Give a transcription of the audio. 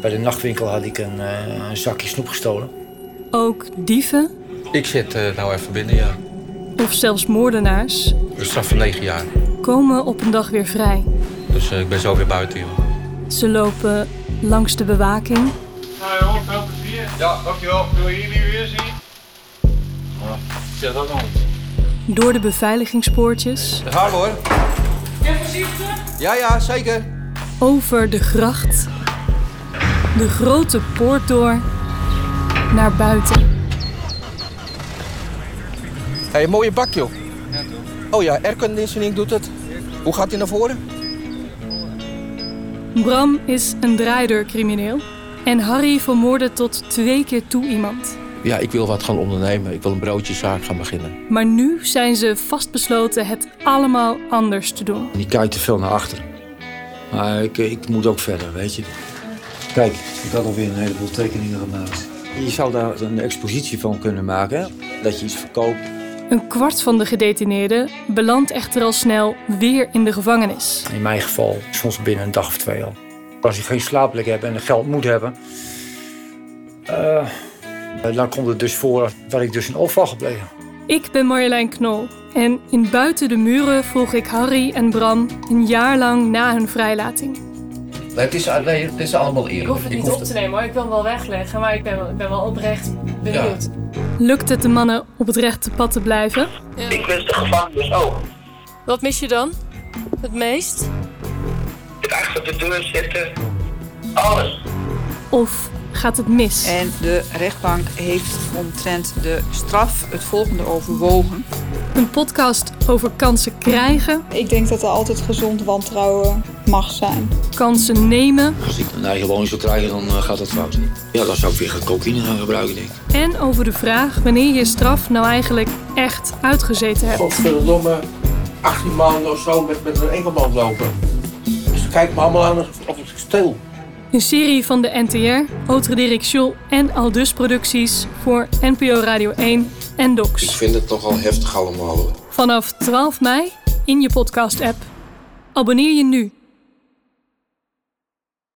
Bij de nachtwinkel had ik een, eh, een zakje snoep gestolen. Ook dieven Ik zit eh, nou even binnen, ja. of zelfs moordenaars Een straf van negen jaar. komen op een dag weer vrij. Dus eh, ik ben zo weer buiten, joh. Ze lopen langs de bewaking, Nou joh, veel plezier. Ja, dankjewel. Wil je jullie weer zien? Ja, dat dan. door de beveiligingspoortjes, Daar gaan we, hoor. Jij voorzichtig? Ja, ja, zeker. over de gracht, de grote poort door, naar buiten. Hé, hey, mooie bak, joh. Oh ja, airconditioning doet het. Hoe gaat hij naar voren? Bram is een draaideurcrimineel en Harry vermoordde tot twee keer toe iemand. Ja, ik wil wat gaan ondernemen. Ik wil een broodjeszaak gaan beginnen. Maar nu zijn ze vastbesloten het allemaal anders te doen. En die kijkt te veel naar achteren. Maar ik, ik moet ook verder, weet je. Kijk, ik had alweer een heleboel tekeningen gemaakt. Je zou daar een expositie van kunnen maken. hè? Dat je iets verkoopt. Een kwart van de gedetineerden belandt echter al snel weer in de gevangenis. In mijn geval soms binnen een dag of twee al. Als ik geen slaapplek heb en geld moet hebben... eh, dan komt het dus voor dat ik dus in opval gebleven. Ik ben Marjolein Knol en in Buiten de Muren vroeg ik Harry en Bram een jaar lang na hun vrijlating. Het is, nee, het is allemaal eerlijk. Ik hoef het niet op te nemen hoor, ik wil hem wel wegleggen, maar ik ben, wel- ik ben wel oprecht benieuwd. Lukt het de mannen op het rechte pad te blijven? Ik wist de gevangenis ook. Wat mis je dan? Het meest? Het achter de deur zitten. Alles. Of gaat het mis? En de rechtbank heeft omtrent de straf het volgende overwogen. Een podcast over kansen krijgen, Ik denk dat er altijd gezond wantrouwen mag zijn. kansen nemen Als ik nou, een eigen woning zou krijgen, dan eh, gaat dat fout. Ja, dan zou ik weer gaan cocaïne gaan gebruiken, denk ik. en over de vraag wanneer je straf nou eigenlijk echt uitgezeten hebt. eh, godverdomme 18 maanden of zo met, met een enkelband lopen. Dus kijk me allemaal aan of ik stil. Een serie van de NTR, Autre Direction en Aldus Producties voor NPO Radio 1 en Docs. vind het toch al heftig allemaal, hoor. Vanaf 12 mei in je podcast-app. Abonneer je nu.